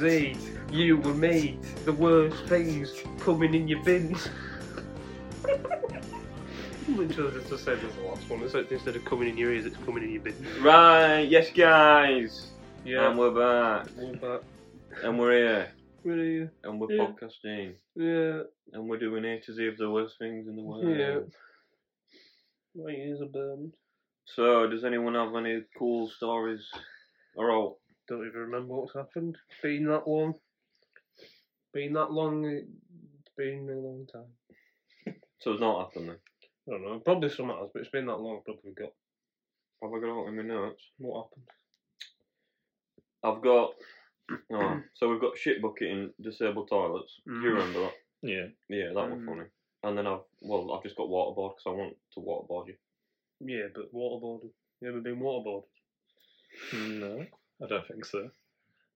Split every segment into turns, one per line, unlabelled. me, you and me, the worst things coming in your bins. Literally just said there's the last one, except instead of coming in your ears, it's coming in your bins.
Right, yes, guys.
Yeah.
And we're back.
all that.
And we're here.
Where are you?
And we're
Yeah.
podcasting.
Yeah.
And we're doing A to Z of the worst things in the world.
Yeah. My ears are burning.
So, does anyone have any cool stories? Or oh, all?
Don't even remember what's happened. Been that long. Been that long. It's been a long time.
So, it's not happened then.
I don't know. Probably some has, but it's been that long. Probably got
Have I got out in my notes?
what happened.
I've got. Oh, so we've got shit bucketing disabled toilets. Do you
Mm.
remember that?
Yeah.
Yeah, that was
Mm.
funny. And then I've well, I've just got waterboard because I want to waterboard you.
Yeah, but waterboarded. You ever been waterboarded?
No, I don't think so.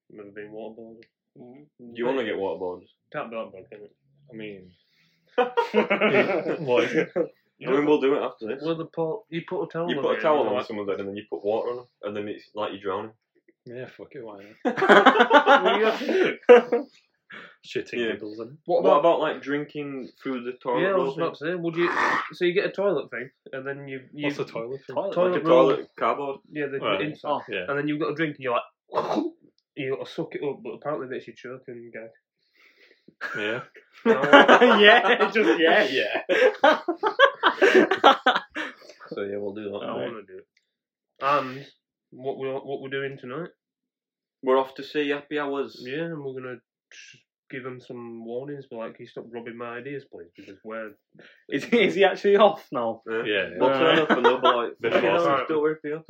You Never been waterboarded.
Do you want to get waterboards?
Can't be that bad, can it?
I mean,
Why?
I mean, we'll do it after this.
Well, the pot. You put a towel.
You
on
put
it,
a towel
you know,
on someone's head and then you put water on them, and then it's like you're drowning.
yeah, fuck it, why not?
What do you have to do?
Shitting
Yeah.
bubbles in.
What
What
about?
about like drinking through the toilet?
yeah, I
roll
was about to say. Would you? So you get a toilet thing, and then you. you
What's the toilet for?
thing?
toilet
like a
roll?
toilet cardboard.
Yeah, the
Right.
inside.
Oh.
Yeah.
And then you've got a drink, and you're like, you got to suck it up. But apparently, that's your choking gag.
Yeah.
yeah,
just
yeah,
yeah.
So yeah, we'll do that.
I want to do it. And what we what we're doing tonight?
We're off to see happy hours.
Yeah, and we're gonna tr- give them some warnings. But like, can you stop robbing my ideas, please? Because we're
Is he, is he actually off now?
Yeah.
Yeah. yeah.
We'll turn up and they'll be like,
Bit
"Fucking hell,
awesome.
don't worry for your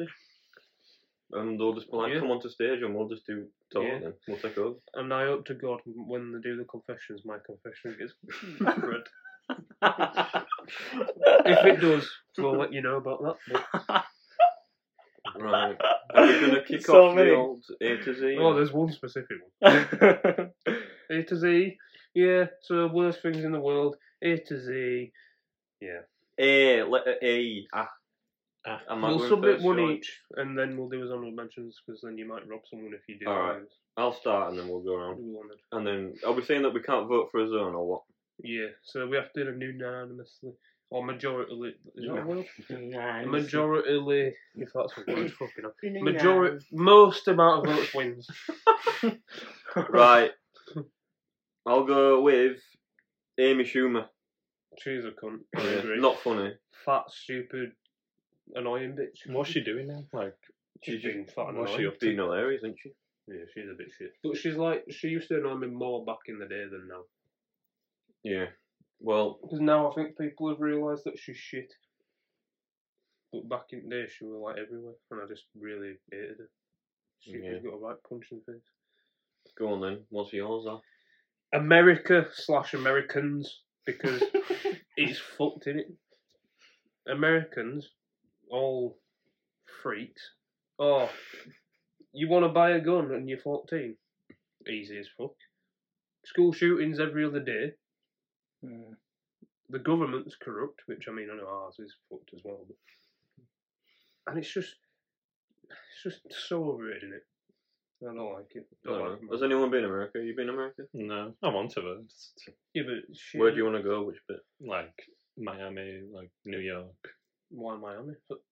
And they'll just be like,
Yeah.
come onto stage and we'll just do talk
Yeah.
then. We'll take over.
and I hope to God when they do the confessions, my confession gets read. if it does, we'll let you know about that. But,
Right. Are we going to kick
So
off
many.
the old A to Z?
oh, there's one specific one. A to Z. Yeah, so worst things in the world. A to Z.
A, letter A. Ah.
Ah.
Am I
We'll
going
submit
first,
one
George?
each, and then we'll do as honourable mentions, because then you might rob someone if you do.
Alright.
those.
I'll start and then we'll go around.
Who honoured?
And then, are we saying that we can't vote for a zone or what?
Yeah, so we have to do a new unanimously, or majority. Is that a word?
Nice.
Majority, if that's a word, fucking hell.
Nice.
Majority, most amount of votes wins.
right. I'll go with Amy Schumer.
She's a cunt. I
Oh, Yeah,
agree.
Not funny.
fat, stupid, annoying bitch.
What's she doing now? Like,
She's been fat and
what's she
annoying.
up
Being
to?
hilarious, isn't she?
Yeah, she's a bit shit. But she's like, she used to annoy me more back in the day than now.
Yeah. Well,
Because now I think people have realised that she's shit. But back in the day, she was like everywhere, and I just really hated her. She
Yeah.
got a right punch in the face.
go on then. What's yours, Al?
America slash Americans, because it's fucked in it. Americans, all freaks. Oh, you want to buy a gun and you're 14? Easy as fuck. School shootings every other day.
Mm.
the government's corrupt, which I mean I know ours is fucked as well. But, and it's just it's just so overrated, isn't it? I don't like it. Don't
No.
like
Has
it.
anyone been in America? You been in America?
No, I'm onto her. Just,
Yeah, but shit,
Where do you want to go? Which bit?
like Miami, like New York.
why Miami? But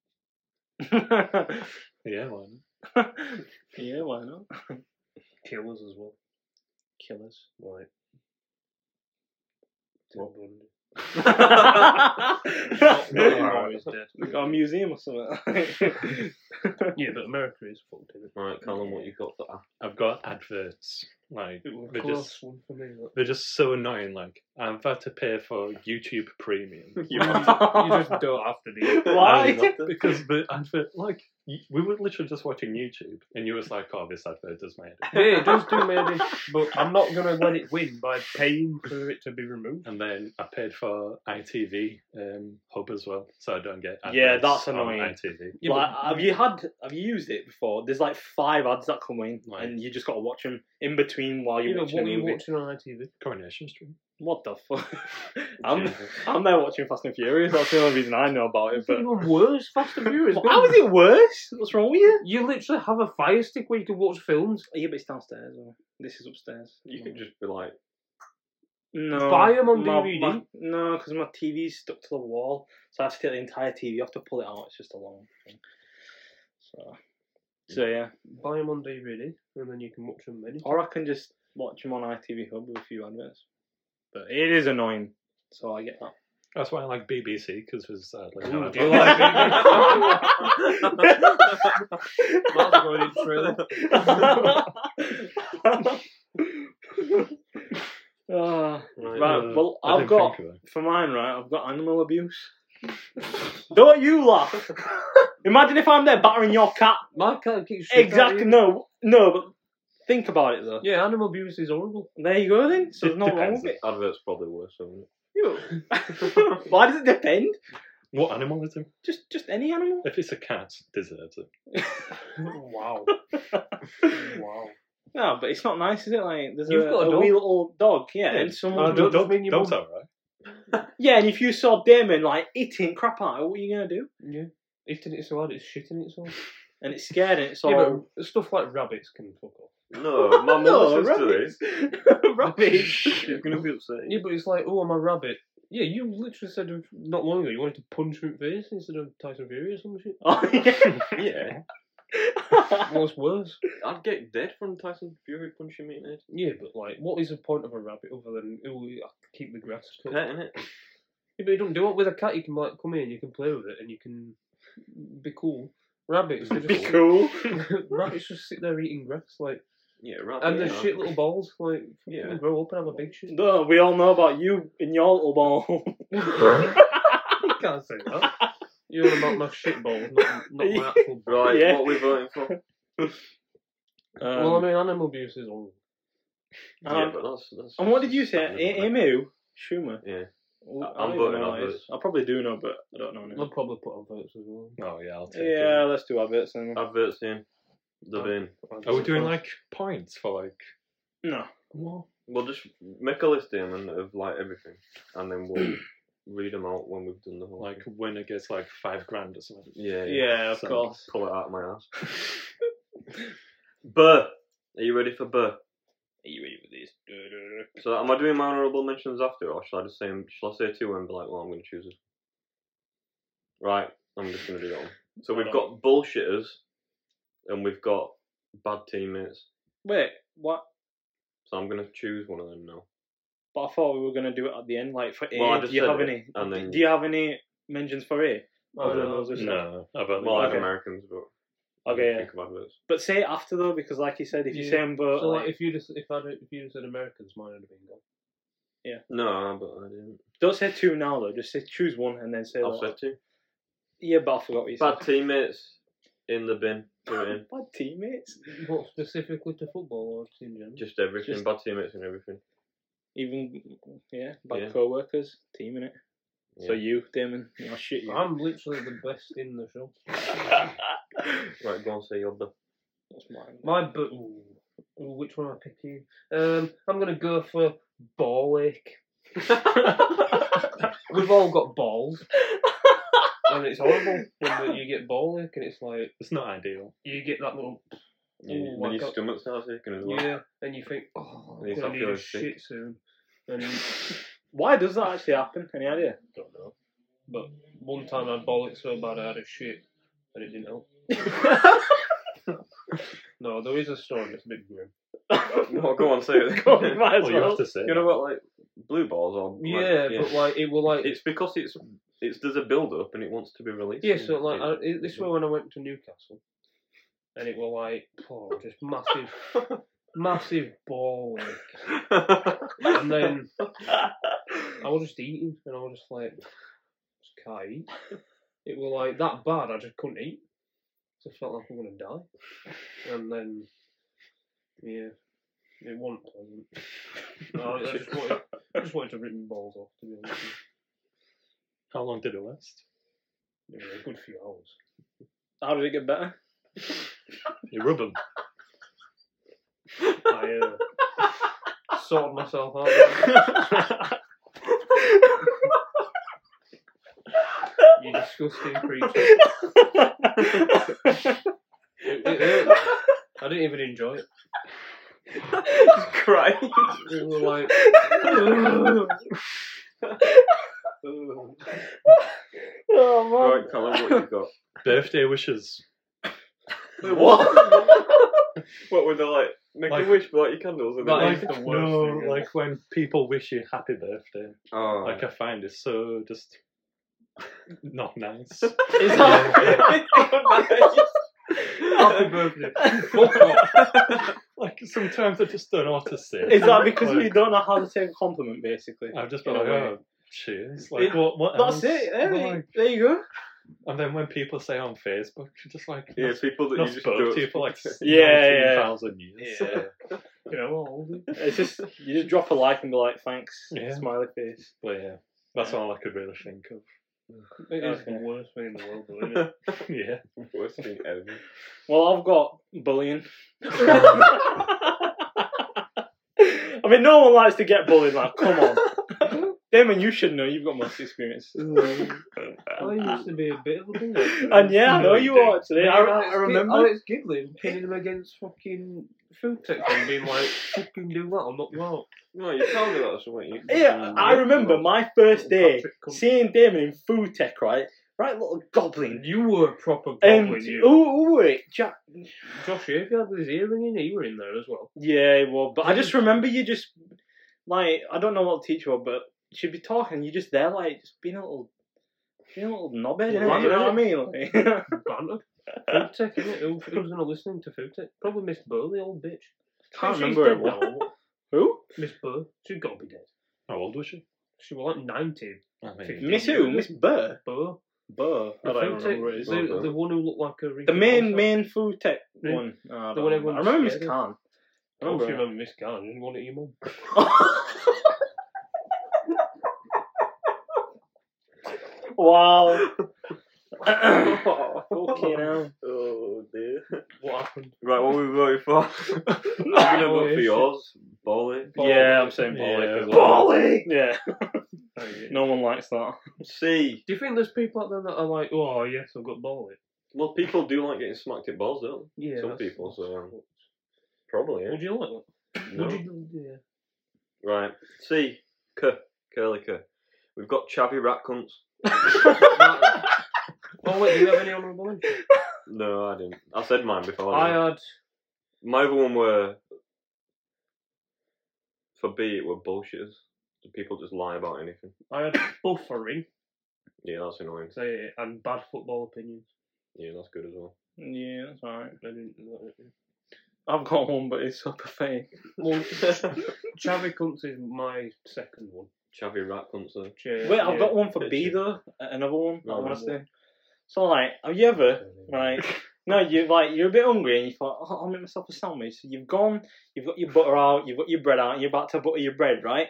Yeah, why not?
yeah, why not?
killers as well.
Killers.
Like Ted Bundy.
we
He's dead.
got a museum or something.
Yeah, but America is fucked in it.
Right, Callum, what you got for that?
I've got adverts. Like,
It was a
They
close
just-
one for me. Look.
they're just so annoying. Like, I'm about to pay for YouTube Premium.
You, just don't have to do it.
Why?
because the advert, like, y- we were literally just watching YouTube, and you was like, "Oh, this advert is made," it."
Yeah, it does do me a dis- but I'm not gonna let it win by paying for it to be removed.
and then I paid for ITV um, Hub as well, so I don't get.
Yeah,
adverts
that's
on
annoying.
ITV.
Yeah,
like,
but-
have you had? Have you used it before? There's like five ads that come in,
Right.
and you just got to watch them in between while
You
you're
know,
watching
what
the
are you
movie.
watching on ITV?
Coronation Street.
What the fuck? I'm, I'm there watching Fast and Furious. That's the only reason I know about it.
It's
But
even worse. Fast and Furious.
Well, how is it worse? What's wrong with you?
You literally have a fire stick where you can watch films.
Yeah, but it's downstairs. Or this is upstairs.
You can just be like,
no
buy 'em on
my-
DVD.
my- no, because my TV's stuck to the wall, so I have to take the entire TV off to pull it out. It's just a long thing. So, so yeah,
Buy them on DVD, and then you can watch them many.
or I can just watch them on ITV Hub with a few adverts. But it is annoying, so I get that.
that's why I like BBC because there's uh, like,
Ooh,
no
do you
adverts.
like That's going in trailer.
Ah,
Right.
Right,
Uh,
well,
I
I've
didn't
got-
think of it.
for mine, right? I've got animal abuse. Don't you laugh? Imagine if I'm there battering your cat.
My cat keeps shit out of
Exactly.
you.
No, no. But think about it though.
Yeah, animal abuse is horrible.
There you go then. So there's no wrong
Depends.
with it.
Advert's probably worse, isn't it?
You- Why does it depend?
What animal is it?
Just, just any animal.
If it's a cat, deserves it.
wow. Wow.
No, but it's not nice, is it? Like there's
You've
a,
got a
a
dog.
wee little dog. Yeah,
Yeah.
and
Oh,
someone.
don't-
Uh, Dog-
just mean your
Dogs
mum.
are right.
Yeah, and if you saw Damon like eating crap out, of it, what are you gonna do?
Yeah. Eating it so hard, it's shitting itself.
And it's scared, and it's all.
Yeah, but stuff like rabbits can fuck off.
No, my mum
No,
listens to
rabbits.
this.
Rubbish.
She's gonna be upset.
Yeah, but it's like, oh, I'm a rabbit. Yeah, you literally said not long ago you wanted to punch him in the face instead of Tyson Fury or some shit.
Oh, yeah.
Yeah,
What's worse?
I'd get dead from Tyson Fury punching me in the head.
Yeah, but like, what is the point of a rabbit other than oh, I can keep the grass cut? Yeah,
Pet in it.
but you don't do it with a cat. You can like come in, you can play with it, and you can be cool. Rabbits, they
Be
just,
cool.
rabbits just sit there eating grass, like,
Yeah, right.
and they're
yeah.
shit little balls, like,
Yeah.
fucking grow up and have a big shit.
No, we all know about you in your little ball.
You can't say that. You're about my shit balls, not, not my actual balls.
Right,
Yeah.
what we voting for?
Well, I mean, animal abuse is all.
Um, yeah,
Um,
but that's, that's
and what did you say?
standard,
E-
isn't
Emu? Schumer?
Yeah.
Well,
I-
I
I'm
don't even
voting
know
on
what it is.
this.
I probably do know, but I don't know now.
I'll probably put on votes as well.
Oh yeah, I'll take
Yeah,
it.
let's do adverts then.
it? Adverts in. The bin.
Are we doing like points for like?
No.
What?
We'll just make a list in and of like everything, and then we'll read them out when we've done the whole.
like
thing.
winner gets like five grand or something.
yeah,
Yeah, of
so-
course.
Pull it out of my ass. Burr. Are you ready for Burr?
Are you ready for this?
So am I doing my honourable mentions after, or shall I just say shall I say two and be like, well, I'm going to choose it? Right, I'm just going to do that one. So we've got bullshitters, and we've got bad teammates.
Wait, what?
So I'm going to choose one of them now.
But I thought we were gonna do it at the end, like for A.
Well, I
do
just
you
said
have
it,
any?
and then-
Do you have any mentions for A?
I don't
No.
know.
Those are-
No, I've only
Well, like
Okay.
Americans, but I
Okay.
think
Yeah.
of adverts.
But say it after though, because like you said, if you
Yeah.
say them, but
So like,
like,
if you just if I if you just said Americans, mine would have been gone.
No, but I didn't.
don't say two now though. Just say choose one and then say.
I've said
that.
two.
Yeah, but I forgot what you
Bad
said.
teammates in the bin. Put it in.
Bad teammates.
What specifically to football or in general?
Just everything.
Just-
Bad teammates and everything.
Even yeah, bad
Yeah.
co-workers, team in it. So
Yeah.
you, Damon, you know, shit you.
I'm literally the best in the show.
Right, go and say your Burr.
That's mine.
My but ooh, Ooh, which one am I picking? Um, I'm gonna go for ball ache. We've all got balls, and it's horrible when you get ball ache, and it's like
It's not ideal.
you get that little
Yeah,
Ooh,
when
I
your
got-
stomach starts aching as well.
yeah, and you think, oh,
You
I'm
start
gonna need
feeling
a
sick.
shit soon, and
Why does that actually happen? Any idea?
don't know. But one time I had bollocked so bad I had a shit, and it didn't help. No, there is a story that's a bit grim.
No, go on, say it.
Go on, might as
Well, you
well.
have to say.
You know what, like blue balls or like,
Yeah, but like it will like
it's because it's it's there's a build up and it wants to be released.
yeah. So like
It-
I, it, this way when I went to Newcastle, and it were like oh, just massive, massive ball, like, and then I was just eating, and I was just like, just can't eat. It were like that bad. I just couldn't eat. So I felt like I'm gonna die, and then yeah, it wasn't pleasant. No, I just wanted, I just wanted to rip my balls off. To be honest, with
How long did it last?
you. yeah, a good few hours.
How did it get better?
You rub them.
I uh, sorted myself out. You disgusting creature. It, it hurt. I didn't even enjoy it.
Just crying.
It was like,
oh,
right, Colin, what you got?
Birthday wishes.
what? what were they like? Make
Like-
a wish, but your candles and
That
then-
is the worst
no,
thing, yeah.
like when people wish you happy birthday.
Oh.
Like I find it so just not
is
nice.
that
Yeah.
happy birthday? Fuck off.
like sometimes I just don't know what to say.
man. Is that because
like,
you don't know how to take a compliment, basically?
I've just been
in a
like,
way?
oh, cheers. Like
Yeah.
what? What?
That's
else?
it.
eh?
There,
Like,
there you go.
and then when people say on Facebook, you're just like,
Yeah,
not,
people that
not
you just
spoke
don't
to you for like
Yeah, yeah.
19,000 years.
Yeah.
You know, how old is it?
It's just you just drop a like and be like, thanks,
Yeah.
smiley face.
But yeah, that's all I could really think of.
It is
Okay.
the worst thing in the world, though, isn't it?
yeah.
Worst thing ever.
Well, I've got bullying. I mean, no one likes to get bullied. Like, come on, Damon, you should know. You've got most experience.
I used to be a bit of a bully.
And yeah, I know you are today. I, I remember.
Alex Giggling pinning him against fucking food tech and being like, fucking do that or not go out.
No, you told me that or something. You,
Yeah, I remember my first day
Patrick come-
seeing Damon in food tech. Right, right, little goblin.
You were a proper
And
goblin, you.
oh, wait, Jack.
Josh Hayfield was here ringing, he were in there as well.
Yeah, well, but I just remember you just like I don't know what the teacher was, but she'd be talking. You just there, like just being a little, being a little knobhead. innit? You know what I mean? Like,
Banter. Food tech, innit? Who, who was going to listen to food tech? Probably Miss Burr, the old bitch.
Can't
She's
remember
dead
her what.
now.
Who?
Miss Burr, she's got to be dead.
How old was she?
She was like 90.
I
mean-
Miss who? Miss Burr.
Burr.
Burr. I
The, food
don't
tech,
remember. It is.
it is.
the, the one who looked like a
The
Ringo
main
Bonzo.
main food tech
Yeah.
one. Oh, I,
The one
don't remember. I
everyone's
remember Miss
scared
Khan.
Oh,
I
she
remember.
remember Miss Garden, didn't want it your mum.
her. wow. okay now.
Oh dear.
What happened?
Right, what we voting for? I'm gonna vote for yours, Bolly.
Yeah, I'm saying
Yeah.
Bolly.
Bolly.
Yeah.
Do
No one likes that.
See,
you think there's people out there that are like, oh yes, I've got ball it?
well, people do like getting smacked at balls, don't they?
Yeah.
Some
that's-
people, so, um, Probably. Yeah.
Would you like that?
No.
Would you? Yeah.
Right. C. K. Curly K. We've got chavvy rat cunts.
Oh wait, do you have any honourable mentions?
No, I didn't. I said mine before.
I
didn't I
had
My other one were for B. It were bullshitters. The people just lie about anything.
I had buffering,
Yeah, that's annoying.
say, and bad football opinions.
Yeah, that's good as well.
Yeah, that's alright.
I didn't. that-
I've got one, but it's so pathetic.
Well, Chavi Cunts is my second one.
Chavvy rat cunts. Though.
Che-
Wait, I've
yeah.
got one for B
Picture.
though. Another one. that I
Right.
want to say. So like, have you ever Right. No, you like you're a bit hungry and you thought, oh, I'll make myself a sandwich. So you've gone, you've got your butter out, you've got your bread out, and you're about to butter your bread, right?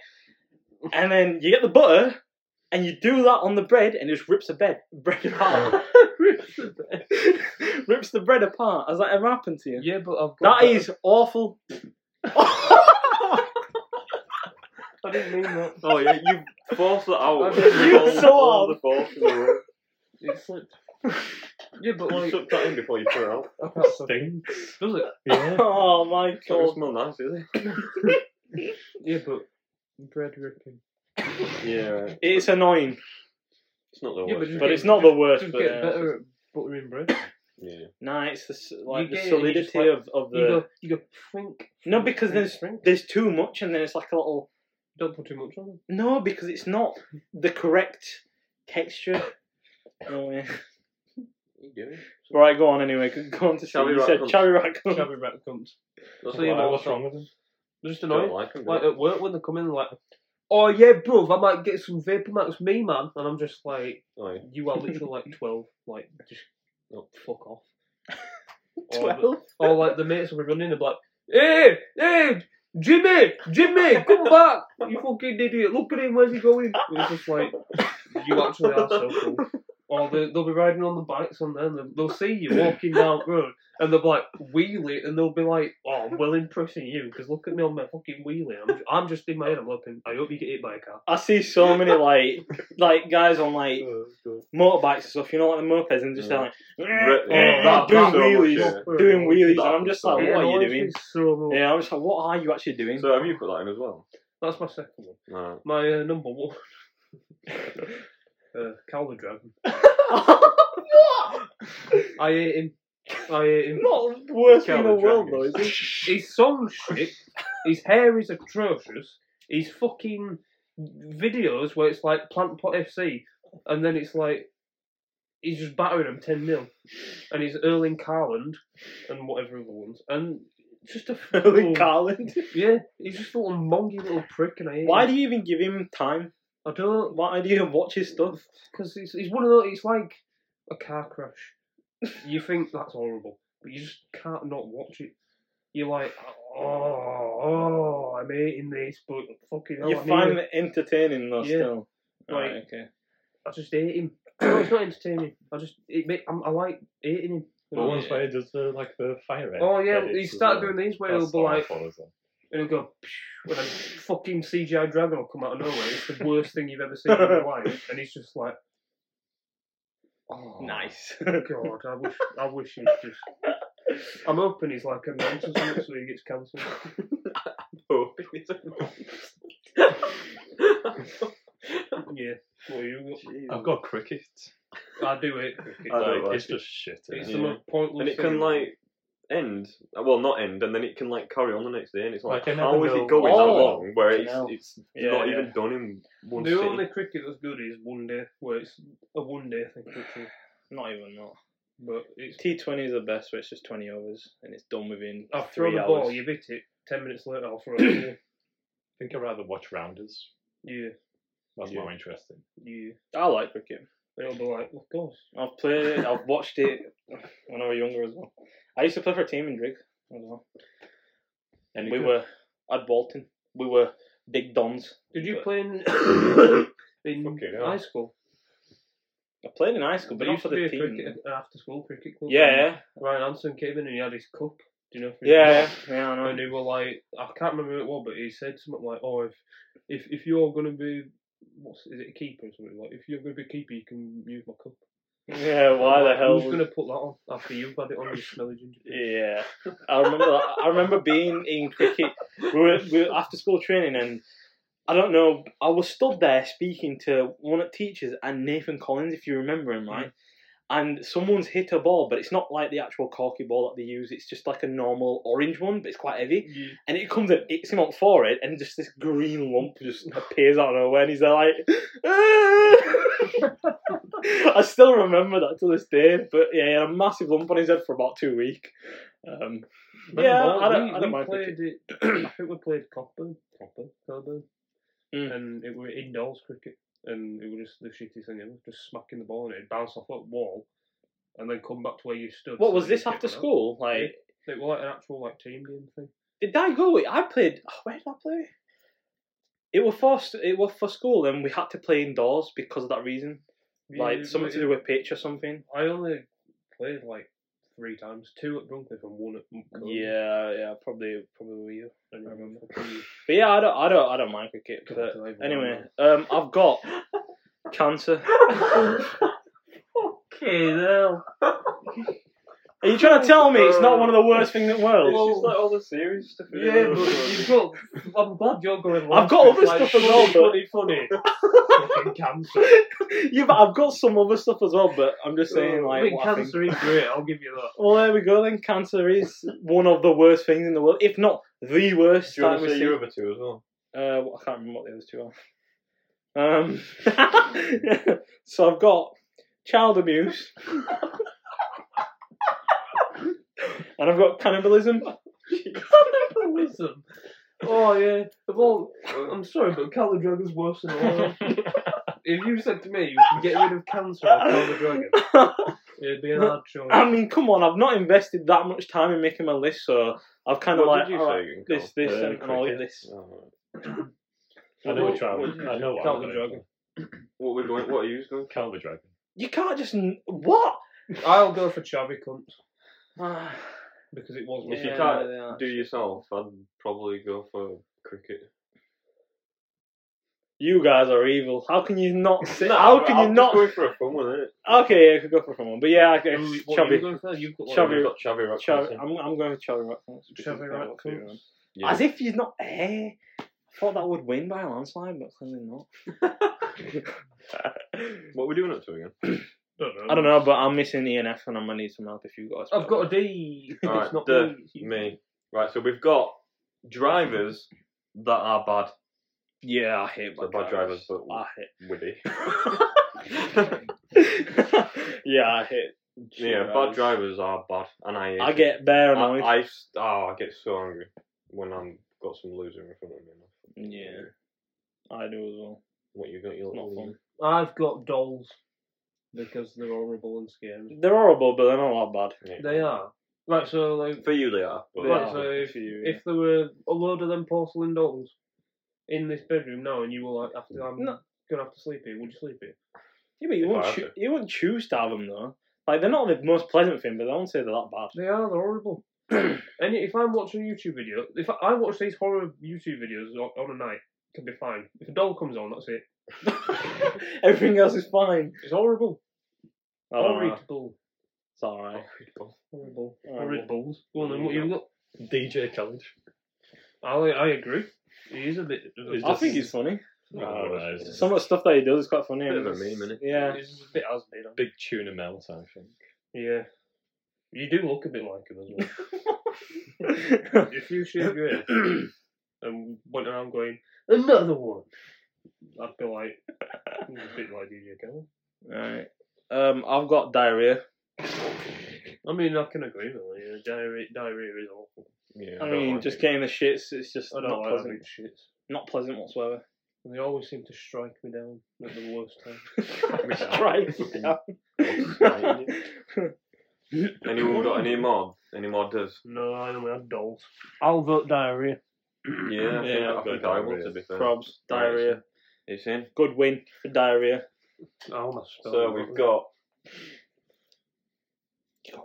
And then you get the butter and you do that on the bread and it just rips the bed bread apart.
Rips the bed.
rips the bread apart. Has that ever happened to you?
Yeah, but I've got
That is awful.
I didn't mean that.
Oh yeah, you force that out.
You
All-
so
all
hard.
the force in the world.
It slipped. Yeah, but
You
like,
suck that in before you throw it out.
I can't stop.
Stinks.
Does it?
Yeah.
oh my
It's not gonna
god.
smell nice, is it?
Yeah, but bread ripping.
Yeah, right.
It's annoying,
it's not the
Yeah,
worst.
but-
but it's not the worst.
Just
But,
get
uh,
better at buttering bread.
yeah.
Nah, it's the, s- like
You
the
get it and you just
solidity
like-
of, of the.
You go, you go, think.
No, because there's there's too much, and then it's like a little.
Don't put too much on them.
No, because it's not the correct texture. No way.
You do it.
Right, go on anyway. Go- Go on to
Chubby
Sally. You said
raccoons.
Chubby Raccoon.
Shabby rat comes.
That's
So you
why
know
I
what's wrong with him?
They're just
don't
annoying.
like them. do
Like
you?
at work when they come in, they're like, oh yeah, bro, I might get some vapor max me, man. And I'm just like,
Oh, yeah.
you are literally like 12. Like, just no, fuck off. Or the-
Twelve.
Or Oh, like the mates will be running, they'll be like, hey, hey, Jimmy, Jimmy, come back. You fucking idiot. Look at him, where's he going? And it's just like, you actually are so cool. Or they, they'll be riding on the bikes and then they'll- they'll see you walking down the road and they'll be like, wheelie, and they'll be like, oh, I'm well impressing you because look at me on my fucking wheelie. I'm, I'm just in my head, I'm hoping, I hope you get hit by a car.
I see so many like like guys on like
Oh, God.
motorbikes and stuff. You know, like the mopeds, and just
Yeah.
like
Re-
oh, that-
doing
that so
much,
wheelies,
yeah.
doing wheelies, and
That-
I'm just like,
Yeah,
what are you
honestly,
doing?
So much.
Yeah, I'm just like, what are you actually doing?
So have you put that in as well?
That's my second one.
No.
My uh, number one. uh, Calvin Dragon.
what?
I hate him. I hate him.
Not the worst thing in the
Calvin
world though.
Dragon.
Is it?
His song shit. His hair is atrocious. His fucking videos where it's like Plant Pot FC, and then it's like he's just battering him ten 0 and he's Erling Carland and whatever other ones, and just a
Erling
little-
Carland.
Yeah, he's just a little mongy little prick, and I hate
Why
him.
do you even give him time?
I don't
Why do you even watch his stuff?
because it's, it's one of those. It's like a car crash. You think that's horrible, but you just can't not watch it. You're like, oh, oh I'm hating this, but fucking hell,
you
I, need
find
it."
it entertaining though.
Yeah.
Still,
Like-
right? Okay.
I just hate him. no, it's not entertaining. I just, it, ma- I'm, I like hating him. you
The
know?
ones where he does the, like the fire red
Oh yeah,
edits
he
as
started
well.
doing these where he'll
uh, That's
be like,
awful, isn't it?
and he'll go, "Phew," and a fucking CGI dragon will come out of nowhere. It's the worst thing you've ever seen in your life, and he's just like, oh,
Nice.
God, I wish, I wish he'd just. I'm hoping he's like a nonsense so he gets cancelled.
Oh.
Yeah, what you
I've got cricket.
got? I do it. cricket.
I don't
Like,
like
it's
it.
just shit. isn't
It's
it?
the most pointless.
And it
thing.
can like end, well not end, and then it can like carry on the next day, and it's like,
Like, I never
how is
know-
it going
Oh,
that long? Where
fucking
it's
hell.
it's
Yeah,
not
yeah.
even done in one
the
sitting.
only cricket that's good is one day, where it's a one day thing, literally.
Not even that.
but it's.
T twenty is the best, where it's just twenty overs and it's done within
I've
three
thrown a
hours.
ball, you've hit it. Ten minutes later, I'll throw it.
I think I'd rather watch rounders.
yeah,
That's
Yeah.
more interesting.
yeah.
I like cricket.
And it'll be like, of course.
I've played it. I've watched it when I was younger as well. I used to play for a team in Drigg. as well.
Any
We
good?
were at Bolton. We were big dons.
Did you
But-
play in in
Fucking hell.
high school?
I played in high school, but
There
not
used
for
to be
the
a
team.
cricket, an after-school cricket club.
Yeah,
Ryan Hansen came in and he had his cup. Do you know? if you-
yeah, yeah. I know.
And he were like, I can't remember who it was, but he said something like, "Oh, if if, if you're gonna be, what's is it a keeper or something like? If you're gonna be a keeper, you can use my cup."
Yeah, why
I'm
the
like,
hell?
Who's
would-
gonna put that on after you've had it on your smelly ginger?
Yeah, I remember. That. I remember being in cricket. We were, we were after school training, and I don't know. I was stood there speaking to one of the teachers and Nathan Collins, if you remember him, right. And someone's hit a ball, but it's not like the actual corky ball that they use. It's just like a normal orange one, but it's quite heavy.
Yeah.
And it comes and hits him on the forehead, and just this green lump just appears out of nowhere, and he's there like. "Ah!" I still remember that to this day, but yeah, he had a massive lump on his head for about two weeks. Um, Yeah,
Remember,
I don't-
we,
I don't
we
mind
played it. I think we played Copper, Copper, Copper,
Mm.
and it were indoors cricket, and it was just the shittiest thing ever. Just smacking the ball and it'd bounce off that wall, and then come back to where you stood.
what
so
was
that you
this
could
after
kick one out.
school? Like,
It was like an actual like team game thing.
did I go? I played. oh, Where did I play? It was for st- it was for school, and we had to play indoors because of that reason,
Yeah,
like something
it-
to do with pitch or something.
I only played like three times, two at Duncliffe and one at Monkcombe.
Yeah, yeah, probably, probably were you.
and
I
I
remember.
remember.
But yeah, I don't, I don't, I don't mind cricket. But anyway, um, I've got cancer.
okay, now
Are you trying to tell me it's not one of the worst things in the world?
It's just like all the serious stuff.
yeah, but you've got. I'm glad you're going.
I've
last,
got other
it's like,
stuff as well, but-
Funny, funny, funny. Fucking cancer.
yeah, but I've got some other stuff as well, but I'm just saying,
I
like,
think
what I think.
cancer is great. I'll give you that.
Well, there we go then. Cancer is one of the worst things in the world, if not the worst.
Do you want to
that we
say
see.
your other two as well?
Uh, well, I can't remember what the other two are. Um, so I've got child abuse, and I've got cannibalism.
Cannibalism. Oh yeah. Well, I'm sorry, but Call the is worse than all. else. if you said to me, you can get rid of cancer or Call the Dragon, it'd be an hard choice.
I mean, come on, I've not invested that much time in making my list, so I've kind of
What
like
did you
alright,
say, Ginkgo?
this, this,
Uh,
and, and I'll eat
cricket.
this.
Oh, right.
I know
Well,
which one.
what-
I know what.
Count
I'm
the
going
dragon.
What we're going? What are you going?
for. Count the dragon.
You can't just n- what?
I'll go for chubby cunt
Ah,
because it was.
If you
yeah,
can't
they are.
Do yourself, I'd probably go for cricket.
you guys are evil. How can you not? Say,
No,
how can
I'm
you
just
not?
going for a fun one, innit?
Okay, yeah, I could go for someone, but yeah, okay.
Who- what are you
Chubby,
going for? You've got one.
Chubby.
We've got Chavi Rock.
Chubby. I'm, I'm going for Chubby Rockford.
Chubby Rockford.
Yeah.
As if you're not. Eh, I thought that would win by a landslide, but clearly not.
What are we doing up to again?
I don't know, but I'm missing ENF and I'm gonna need some help if you guys.
I've got a D.
Alright,
it's not
the-
me, it's you.
Me. Right, so we've got drivers that are bad.
Yeah, I hate
So
bad,
bad drivers, but
I
witty.
hate. yeah, I hate.
yeah, bad drivers are bad, and I. hate
I
it.
get bare
I,
annoyed.
I s- oh, I get so angry when I'm got some loser in front of me.
yeah, I do as well.
What you got? Your
It's not
little-
fun.
I've got dolls because they're horrible and scary.
They're horrible, but they're not that
Yeah.
They are. Right, so like,
For you, they are. But
They
right,
are.
so if,
For you, yeah.
if there were a load of them porcelain dolls in this bedroom now, and you were like, after I'm
No.
gonna have to sleep here, would you sleep here?
Yeah, but you
If I
wouldn't.
had
Choo-
to.
you wouldn't choose to have them though. Like they're not the most pleasant thing, but I won't say they're that bad.
They are. They're horrible. and if I'm watching a YouTube video, if I, I watch these horror YouTube videos on, on a night, it can be fine. If a doll comes on, that's it.
Everything else is fine.
It's horrible. Oh,
I don't know.
Horrible.
It's alright.
Horrible.
Horrible.
Horrible. Go on then. What you got?
DJ Khaled.
I I agree. He is a bit. of a-
He's
I
just-
think it's funny.
I don't know, Oh, it's just
Some of the stuff that he does is quite funny.
Bit of a
It's-
meme, innit?
Yeah.
He's a bit as big.
Big tuna melt, I think.
Yeah. You do look a bit like him as well.
yeah,
if you shave your head and went around going, another one, I'd be like, "He's a bit like DJ Khaled.
Right. Um, I've got diarrhea.
I mean, I can agree with that. Yeah, diarrhea, diarrhea is awful.
Yeah, don't
I, mean,
like
just
it.
getting the shits. It's just
I don't
not
like
pleasant.
having shits.
Not pleasant whatsoever.
And they always seem to strike me down at the worst time.
Stripes.
Anyone got any more? Any more does?
No, I only have dolls. I'll vote diarrhea.
Yeah, I think,
Yeah,
I,
I've
think
got
I will,
diarrhea.
to be fair.
Probs. Diarrhea.
It's in.
Good win for diarrhea.
I'll have spell
So
it.
we've got.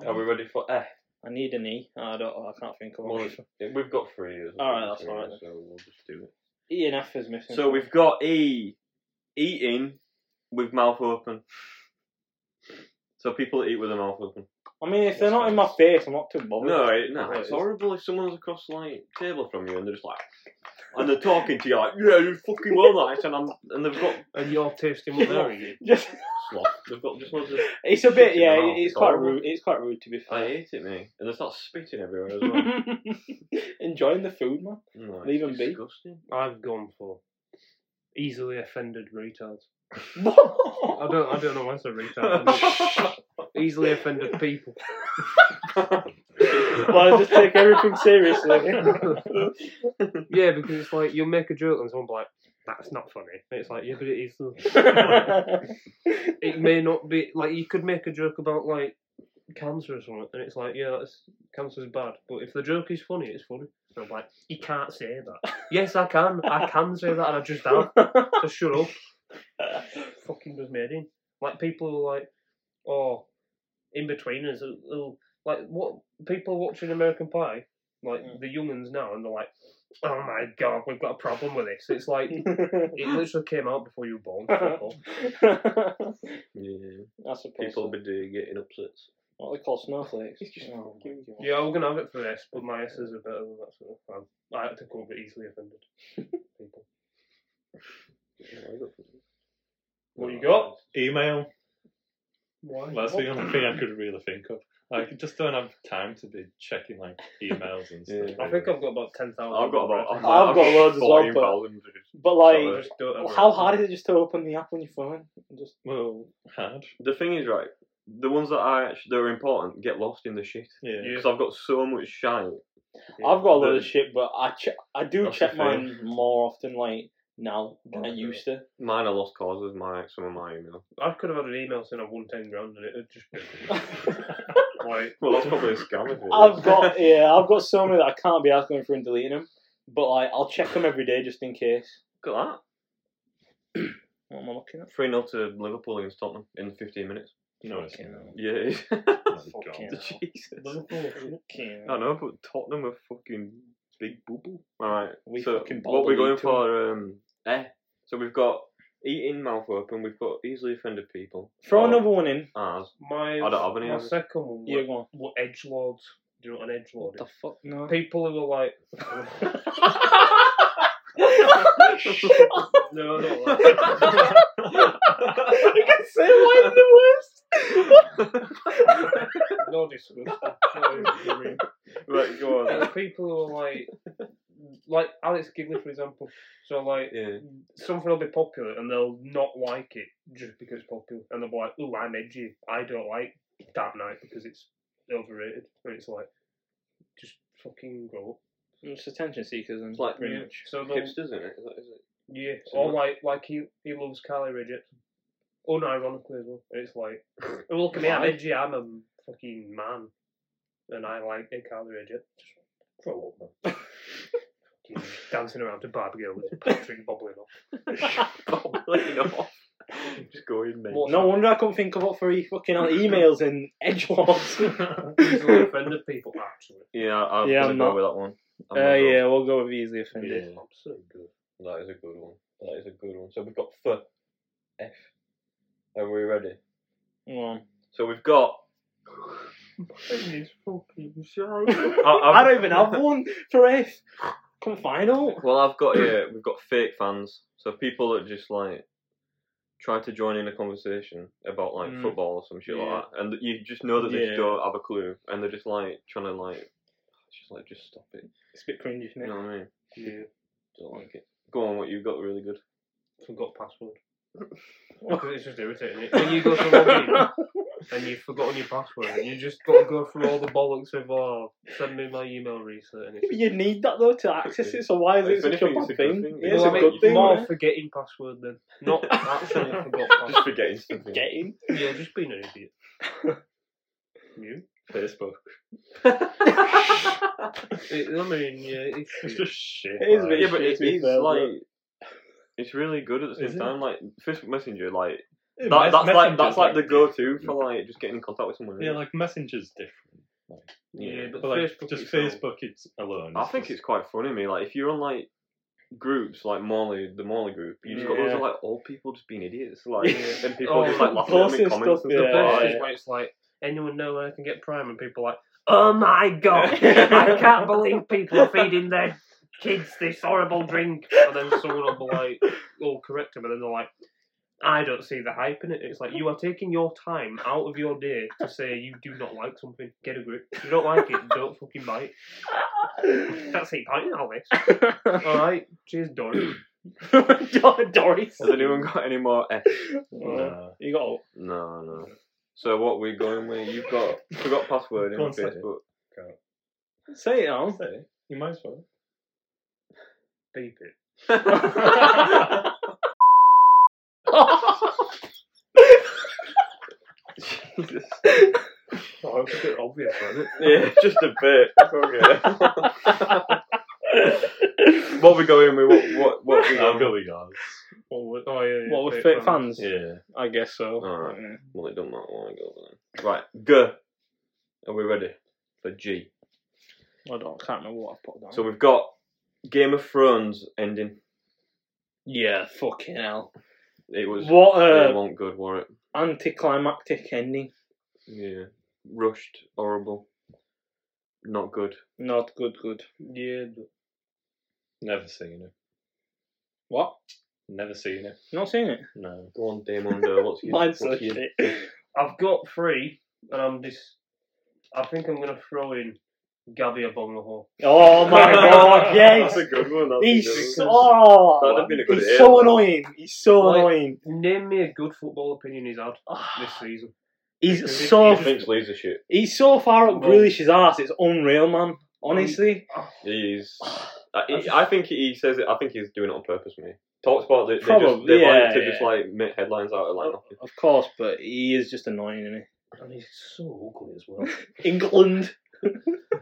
Are we ready for F?
I need an E. I don't. I can't think of
Well,
one.
Yeah, We've got three. isn't
All right,
it?
that's all right then.
So we'll just do it.
E and F is missing.
So we've got E, eating with mouth open. So people that eat with their mouth open.
I mean, if they're not in my face, I'm not too bothered.
No, it, no,
What
it's
is-
horrible if someone's across like table from you and they're just like, and they're talking to you like, yeah, you're fucking well nice, and I'm, and they've got
And you're tasting what they're eating.
Just,
sloth, they've got just loads of.
it's a bit.
Shit in
Yeah,
the mouth,
it's
it's
quite
horrible.
rude. It's quite rude to be
I
fair.
hate it, mate, and they start spitting everywhere as well.
Enjoying the food, man.
No, it's
Leave 'em be.
disgusting.
I've gone for easily offended retards. I
I
don't. I don't know why I said retard. Easily offended people.
Well, I just take everything seriously.
yeah, because it's like you'll make a joke and someone will be like, "That's not funny." And it's like, yeah, but it is. Though. It may not be like you could make a joke about like cancer or something, and it's like, yeah, that's, cancer's bad. But if the joke is funny, it's funny. And I'm like, you can't say that. yes, I can. I can say that, and I just have. So shut up. fucking does me head in. Like people who are like, oh, in betweeners. who- who- Like what people watching American Pie, like
Mm.
the younguns now, and they're like, oh my god, we've got a problem with this. It's like it literally came out before you were born. Fuck off.
Yeah,
That's what
people
people.
be doing getting upsets.
What they call snowflakes. Oh, my God.
Yeah, we're gonna have it for this, but my S's are better than that sort of fan. I had to call it easily offended people. What you got?
Email.
Why?
That's the only thing I could really think of. Like, I just don't have time to be checking like emails and stuff.
Yeah.
I think I've got about ten thousand.
I've got about.
I've got loads as well, but- But like,
Sorry.
how hard is it just to open the app on your phone? And just
well hard.
The thing is, right, the ones that I actually that are important get lost in the shit
Yeah.
Yeah.
because I've got so much shite.
I've got a lot
The-
of shit, but I che- I do
That's
check
the thing.
mine more often, like now than I
Okay.
used to.
Mine are lost causes. My some of my email.
I could have had an email saying I won ten grand and it'd just been like
Well, that's probably a scam. If it is.
I've got yeah, I've got so many that I can't be asked going through and deleting them. But like, I'll check them every day just in case.
Look at
What am I looking at?
3 0 to Liverpool against Tottenham in 15 minutes.
No, it's
Fucking
not.
hell.
Yeah, it is.
My God.
Fucking
Oh,
hell.
Jesus.
Fucking
I know, but Tottenham are fucking big boo Alright,
We
so
fucking
what we're going
bobble each
for, um, eh. So we've got eating mouth open, we've got easily offended people.
Throw
Or
another one in.
Ours.
My,
I don't have any
my
of it.
second one
Yeah,
were,
go on.
were edgelords. Do you know what an edgelord is?
fuck? No.
People who are like. no, not like.
you can say one of the worst.
No disgust. No disgust.
Right, go on.
Uh,
then.
people who are like. Like Alex Gigley, for example. So, like.
Yeah.
something will be popular and they'll not like it just because it's popular, and they'll be like, "Ooh, I'm edgy. I don't like Dark Knight because it's overrated." And it's like, just fucking go. up.
It's attention seekers and
It's like
pretty
Yeah.
much.
So they'll,
Hipsters, isn't it? Is that- is it?
yeah,
So
or
what-
like like he he loves Carly Rae Jepsen, unironically as well. And it's like, "Oh, look at me, I'm
Why?
edgy. I'm a fucking man, and I like Carly Rae Jepsen." Just grow up, man. Fucking Dancing around to Barbie Girl with Patrick bobbling off.
Probably not. Oh, Just go in, mate.
What-
No wonder I couldn't think of what three fucking emails and Uh, edgelords.
Easily offended people, actually.
Yeah, I- I'm
Yeah,
gonna
I'm
go
not-
with that one. I'm
Uh,
gonna go-
yeah, we'll go with easily offended.
Yeah.
I'm so good.
That is a good one. That is a good one. So we've got F. F. Are we ready?
Come on.
So we've got. I,
I
I've-
don't even have one for F. Come final.
Well, I've got here. We've got fake fans. So people that just like try to join in a conversation about like
Mm.
football or some shit
Yeah.
like that, and you just know that they
Yeah.
just don't have a clue, and they're just like trying to like, it's just like just stop it.
It's a bit cringy, isn't
You
it?
know what I mean?
Yeah,
Don't like it. Go on, what you've got really good.
forgot password. Because it's just irritating. When you go to log in and you've forgotten your password, and you just got to go through all the bollocks of oh, send me my email reset. And
But
it's
you need that though to access it. So why is
If
it such a
anything, it's
bad
a good
thing?
thing.
Yeah,
Well,
it's a
I mean,
good thing.
more
yeah.
forgetting password then, not actually forgot
Just
password.
forget instantly.
Getting.
Yeah, just being an idiot. You?
Facebook.
It, I mean, yeah, it's,
It's just shit.
It is a
like-
bit
yeah, but
shit,
it's,
to be
it's
fair, but-
like it's really good at the same
Is it?
time. Like Facebook Messenger, like
Yeah,
that,
mess-
that's like that's
Messenger's
like the go-to for like just getting in contact with someone.
Yeah, like Messenger's different.
yeah, but,
But like
Facebook
just
itself-
Facebook, it's alone.
I think
just-
it's quite funny. Me, like if you're on like groups like Morley, the Morley group, you just got loads of like old people just being idiots. Like
Yeah.
and people
Oh,
just like laughing at them
posting
in comments
stuff,
and stuff.
The
Yeah,
best
like
is
that.
yeah.
when it's like, anyone know where I can get Prime? And people are like, oh my god, I can't believe people are feeding their kids this horrible drink. And then someone will be like, oh, correct them. And then they're like, I don't see the hype in it. It's like, you are taking your time out of your day to say you do not like something. Get a grip. If you don't like it, don't fucking buy it. That's it, pinting all this. Alright, cheers, Dory.
Dor- Doris.
Has anyone got any more? F?
Nah.
You got
No, no. So what we're going with? You've got forgot password in
Go on, say it.
Facebook.
say it now.
Say it. You might as well.
Beep it.
Jesus.
Oh, it's a bit obvious, wasn't it?
Yeah, just a bit. Okay. what we going with? What what what we going
I'll go
with?
with yours.
What with, oh, yeah, yeah,
What with
fake
fake
fans.
fans?
Yeah.
I guess so.
Alright. Well, it don't matter what I go with then. Right, G. Are we ready for G?
I don't. I can't remember what I put down.
So we've got Game of Thrones ending.
yeah, fucking hell.
It was
What a
it wasn't good, were it?
anticlimactic ending.
Yeah, rushed, horrible, not good.
Not good. Good.
Yeah, but
Never seen it.
What?
Never seen it.
Not seen it.
No.
Go on, Damon. Dale, what's your,
Mine's
what's
so
your-
shit.
I've got three, and I'm just. I think I'm gonna throw in Gabby Abongaho.
Oh my god! Yes.
that's a good one. That's a good
He's
one.
oh,
That'd have been a good
he's
hit,
so
though.
annoying. He's so
Like-
annoying.
Name me a good football opinion he's had this season.
He's
Because
so
if
I
you
think it's Leeds are shit.
he's so far up
Well-
Grealish's ass. It's unreal, man. Honestly,
He's. I, he- I think he says it. I think he's doing it on purpose, mate. Talks about they, they just
Probably,
they
yeah,
like to
yeah. Oh.
just like make headlines out of like nothing.
of course, but he is just annoying, isn't
And he's so ugly as well.
he? Ah, England,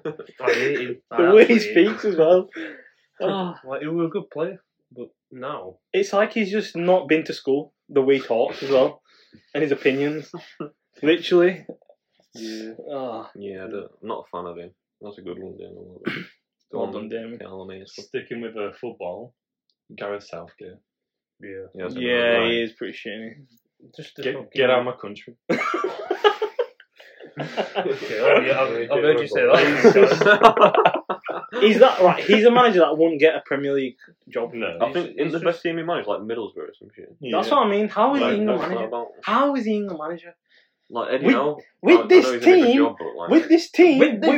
I hate him. I
the way he
absolutely hate him.
speaks as well. Oh,
Like he was a good player, but No.
It's like he's just not been to school the way he talks as well, and his opinions. Literally.
Yeah.
Oh,
Yeah, I don't- I'm not a fan of him. That's a good one, Damon. I love it.
well
Um,
done, Damon.
Yeah, I love it.
Sticking with uh, football, Gareth Southgate.
Yeah.
Yeah, it's a good
Yeah,
one.
he is pretty shitty.
Just to fucking-
Get, get out of my country.
Okay, well, yeah, I've, I've heard you say that.
he's that right? He's a manager that won't get a Premier League job.
No.
I think in the best team he managed, like Middlesbrough or some shit.
That's what I mean. How is
Like,
he England
that's
manager?
Not about-
How is he England manager
Like Eddie
With-
Howe, I- I
with
know
this
he's done a good
team?
job, but, like,
With this team,
With this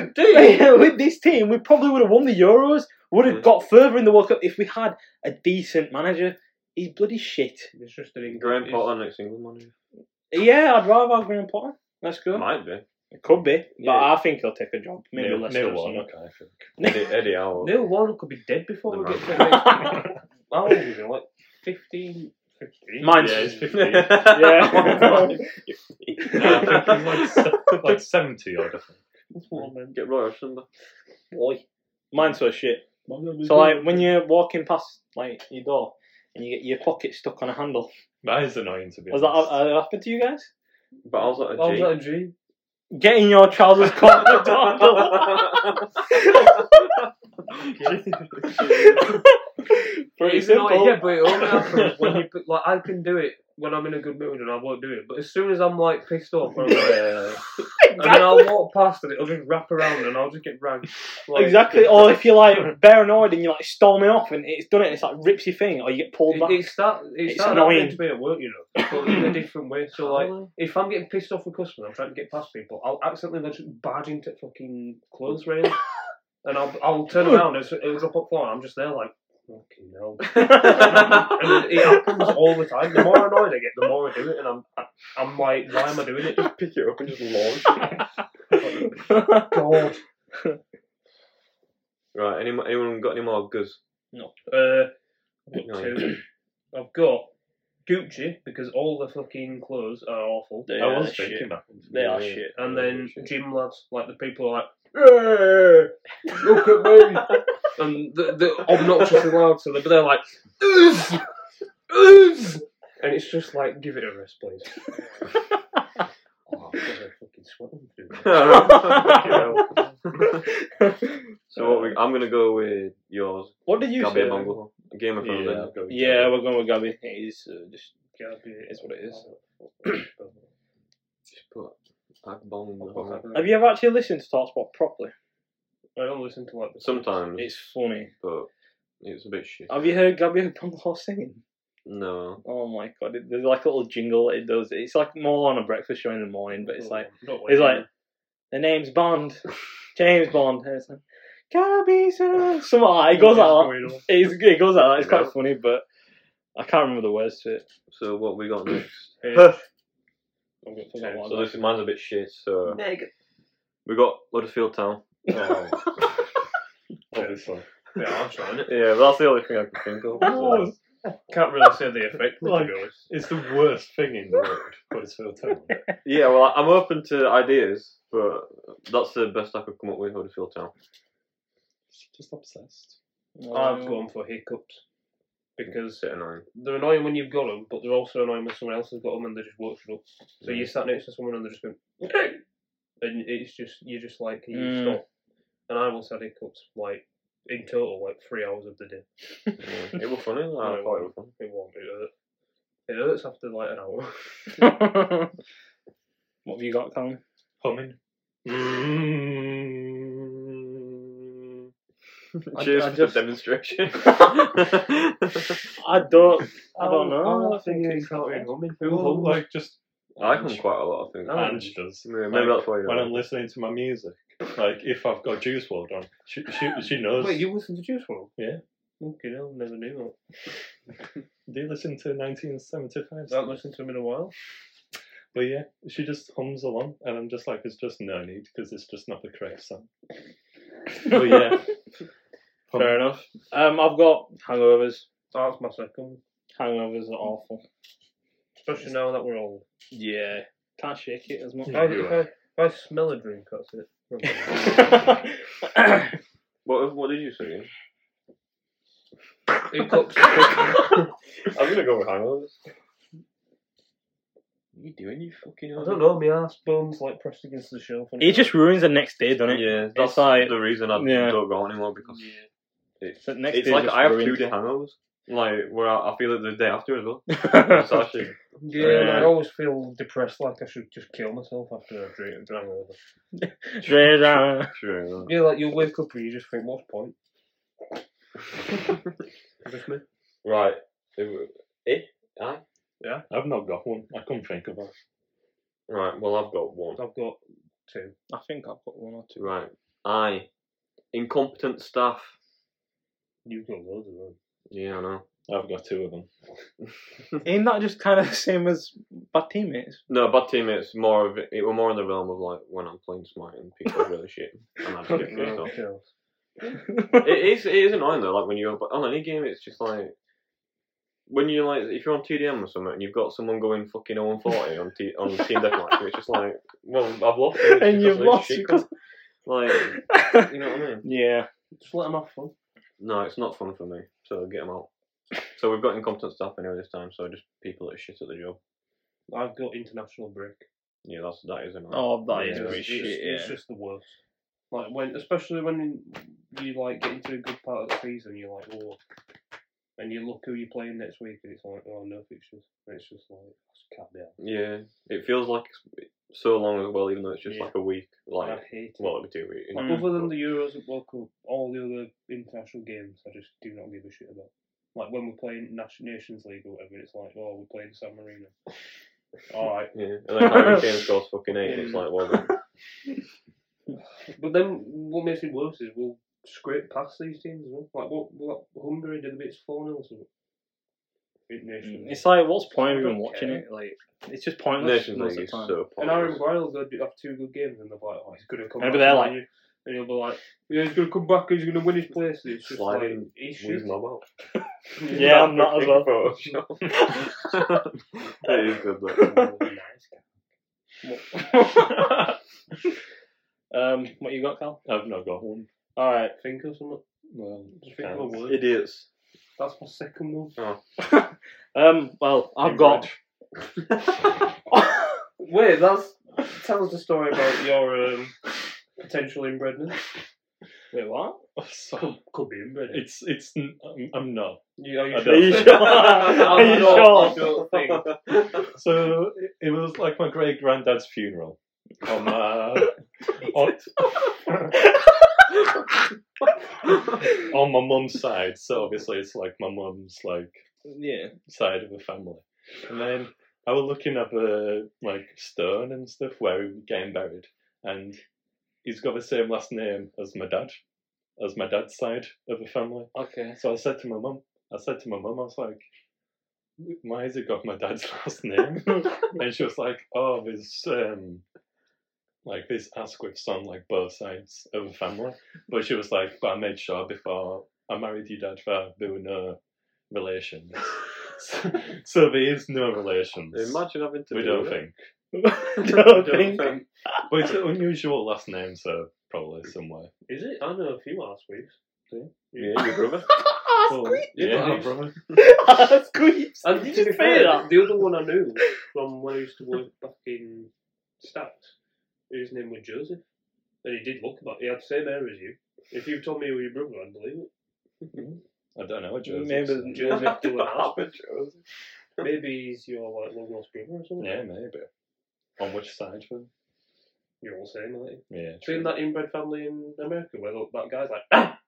we- with this team, we probably would have won the Euros. Would have
Yeah.
got further in the World Cup if we had a decent manager. He's bloody shit.
It's just an
Graham
England.
Potter next England manager.
Yeah, I'd rather have Graham Potter. Let's go.
Might be.
It could be, but
Yeah.
I think he'll take a job. Maybe
Neil,
less.
Neil Warnock, I think.
Eddie, Eddie Howe.
Neil Warnock could be dead before we
Never
get to the
mind.
next. How old is he? Like 15? 15?
Mine's-
Yeah, he's 15.
Yeah.
No, I think he's like, se- like 70 odd, I think.
Get Roy Hodgson.
Oi. Mine's so shit. So like when you're walking past like your door and you get your pocket stuck on a handle.
That is annoying to be
Has that
honest.
uh, that happened to you guys?
But I was
I
like a
was
G.
at a G.
Getting your trousers caught on the door handle. Pretty
Even though-
simple.
yeah, but it only happens when you put- like I can do it when I'm in a good mood and I won't do it. But as soon as I'm like pissed off, I'm like, and then I'll walk past and it'll just wrap around and I'll just get ragged. Like,
Exactly. Or if you're like bare annoyed and you're like storming off and it's done it, and it's like rips your thing or you get pulled
It,
back.
it start, it
It's
started
annoying.
happening to me at work, you know, but in a different way. So like, if I'm getting pissed off with customers, I'm trying to get past people, I'll accidentally just barge into fucking clothes rail, and I'll I'll turn around and it's- it'll drop up floor, and I'm just there like, fucking hell. And it, it happens all the time. The more annoyed I get, the more I do it, and I'm I, I'm like, why am I doing it?
Pick it up and just launch.
God.
right, any, anyone got any more goods?
Uh,
No.
two. I've got Gucci because all the fucking clothes are awful.
They
I
are
was
shit.
thinking that.
They are
Yeah.
shit.
And then
Shit.
gym lads, like the people are like, yeah, look at me. and the, the obnoxiously loud, so they're, they're like, oof, oof. And it's just like, give it a rest, please. oh, I'm fucking sweating through that.
so what we, I'm gonna go with yours.
What did you
Gabby
say?
Bungle. Game of Thrones.
Yeah,
Yeah.
I'll go with
Yeah,
Gabby.
we're going with Gabby. It is uh, just
Gabby.
It's what it is.
Just put Agbong.
Have you ever actually listened to Talksport properly?
I don't listen to like the
Sometimes,
It's Oh. funny.
but it's a bit shit.
Have you heard Gabby Bungle singing?
No.
Oh my god! It, there's like a little jingle that it does. It's like more on a breakfast show in the morning, but it's like
Not
it's like the name's Bond, James Bond. And it's like Gabby, so something like that. it goes like that.
Going on.
It's, it goes like that. It's quite
Yeah.
funny, but I can't remember the words to it.
So what we got next?
Hey,
I've got- forgot what I
So
got.
this is mine's a bit shit. So we got Huddersfield Town.
Oh. Obviously.
yeah, I'm trying it.
Yeah, but that's the only thing I can think of.
Oh,
So.
Can't really say the effect, to be
Like-
honest.
It's the worst thing in the world, but it's Phil Taylor.
Yeah, well, I'm open to ideas, but that's the best I could come up with. Huddersfield Town.
Just obsessed.
uh,
I've gone for hiccups because
It's a bit annoying.
they're annoying when you've got them, but they're also annoying when someone else has got them and they're just working up. So
Yeah.
you sat next to someone and they're just going, and it's just you're just like, Can you
Mm.
stop? And I once had hiccups like in total like three hours of the day.
Yeah. It was funny. I thought it was fun.
It won't it hurt. It hurts after like an hour.
what have you got, Colin?
Humming. Mm.
I-
Cheers
I
for
just-
the demonstration.
I don't. Oh, um, I don't know.
I think it's not in humming. Who
Well,
hums?
like just
I come quite a lot, I think.
No.
Ange does.
Oh. Maybe
Like,
that's why
when
you're
I'm listening to my music, like if I've got Juice World on, she she, she knows.
Wait, you listen to Juice WRLD?
Yeah.
Okay, no, never knew
Do you listen to 1975?
that. Don't listen to him in a while.
But yeah, she just hums along, and I'm just like, it's just no need because it's just not the correct song. But yeah,
Fair enough. Um, I've got hangovers.
That's my second,
Hangovers are awful.
especially now that we're old.
Yeah. Can't shake it as much.
I, if, I, if I smell a drink, that's it.
I
What, what did you say?
He cooks. cooks.
I'm gonna go with hangovers.
What are you doing, you fucking.
I don't know. My ass bones like pressed against the shelf. and-
It just ruins the next day, doesn't it?
Yeah,
It's
that's
like-
the reason I
yeah.
don't go anymore because it's,
The next
it's
day
like
just
I have two
ruins
day
it.
hangovers. Like where I, I feel it the day after as well. It's
yeah,
actually
Yeah, and I always feel depressed, like I should just kill myself after I've drank drank over.
true.
Yeah, like you wake up and you just think, what's the point? just me.
Right. It w-
Yeah, I've not got one. I couldn't think of one.
Right. Well, I've got one.
I've got two.
I think I've got one or two.
Right. I incompetent staff.
You've got loads of them.
Yeah, I know.
I've got two of them.
Ain't that just kind of the same as bad teammates?
No, bad teammates. More of it, it were more in the realm of like when I'm playing smart and people are really shit, and I just get pissed off. It is it is annoying though. Like when you're but on any game, it's just like when you're like if you're on TDM or something and you've got someone going fucking 0 40 on t- on team deathmatch, it's just like well I've lost it,
And you've lost
because like you know what I mean.
yeah.
Just let them have fun.
No, it's not fun for me. So get them out. So we've got incompetent staff anyway this time. So just people that are shit at the job.
I've got international break.
Yeah, that's that is annoying.
Oh, that is
Yeah,
really
it's,
shit.
It's
yeah.
just the worst. Like when, especially when you like get into a good part of the season, you're like, oh, and you look who you're playing next week, and it's like, oh no fixtures. And it's just like, I just can't be out.
Yeah, it feels like it's so long as well, even though it's just
Yeah.
like a week. Like
I hate it.
well, it'll be two weeks.
Like,
Mm.
Other than the Euros and World Cup, all the other international games, I just do not give a shit about. Like when we're playing Nas- Nations League or whatever, it's like, oh, we're playing San Marino. all right,
Yeah, and then Harry Kane scores fucking eight. and It's like well, then,
but then what makes it worse is we'll scrape past these teams. as Well. Like what, what Hungary did a bit four 0 or something. In Nations League.
Mm, It's like, what's the point of
I
even
don't
watching
care.
it? Like, it's just pointless.
Nations
most
League
of the
is
time.
so
And Aaron
pointless.
Guile will go have two good games, and they're like, oh, he's going to come back.
And they'll be there, like-
and and he'll be like, yeah, he's going to come back, he's going to win his place. And it's just
Sliding
like, he's
Where's
shit.
my mouth?
Yeah, I'm not as well.
it is good
oh,
though.
um, what you got, Cal?
I've not got one.
All right.
Think of something.
Well,
Just think of a word.
Idiots.
That's my second one.
Um, well, I've got.
Wait, that's tell us the story about your um, potential inbredness.
Wait, what?
so
Could be inbred.
it's it's. n- I'm, I'm not.
You, are you
I
sure?
Are you sure? Are
I'm
you
not- I
sure?
don't think.
So it, it was like my great granddad's funeral. On, uh, on, on my mum's side, so obviously it's like my mum's like
Yeah.
side of the family. And then I was looking up a like stone and stuff where he was getting buried, and he's got the same last name as my dad, as my dad's side of the family.
Okay.
So I said to my mum, I said to my mum, I was like, why has it got my dad's last name? and she was like, oh, there's um, like this Asquith's on like both sides of the family. But she was like, but I made sure before I married your dad that there were no relations. so, so there is no relations.
Imagine having to.
we
do
don't
that.
think.
don't think.
But it's an unusual last name, so probably somewhere.
Is it? I know a few last weeks.
Yeah, your brother.
Well, yeah, my brother.
That's good.
And
You
to
just
be
say
fair,
that.
the other one I knew from when I used to work back in Stacks, his name was Joseph. And he did look about he had the same hair as you. If you told me you were your brother, I'd believe it.
I don't know. Joseph, so-
Maybe.
Joseph Dylan Asquith.
Joseph.
Maybe he's your like long lost brother or something.
Yeah, maybe. On which side for
You're all the same, aren't you?
Yeah.
Seen that inbred family in America where that- that guy's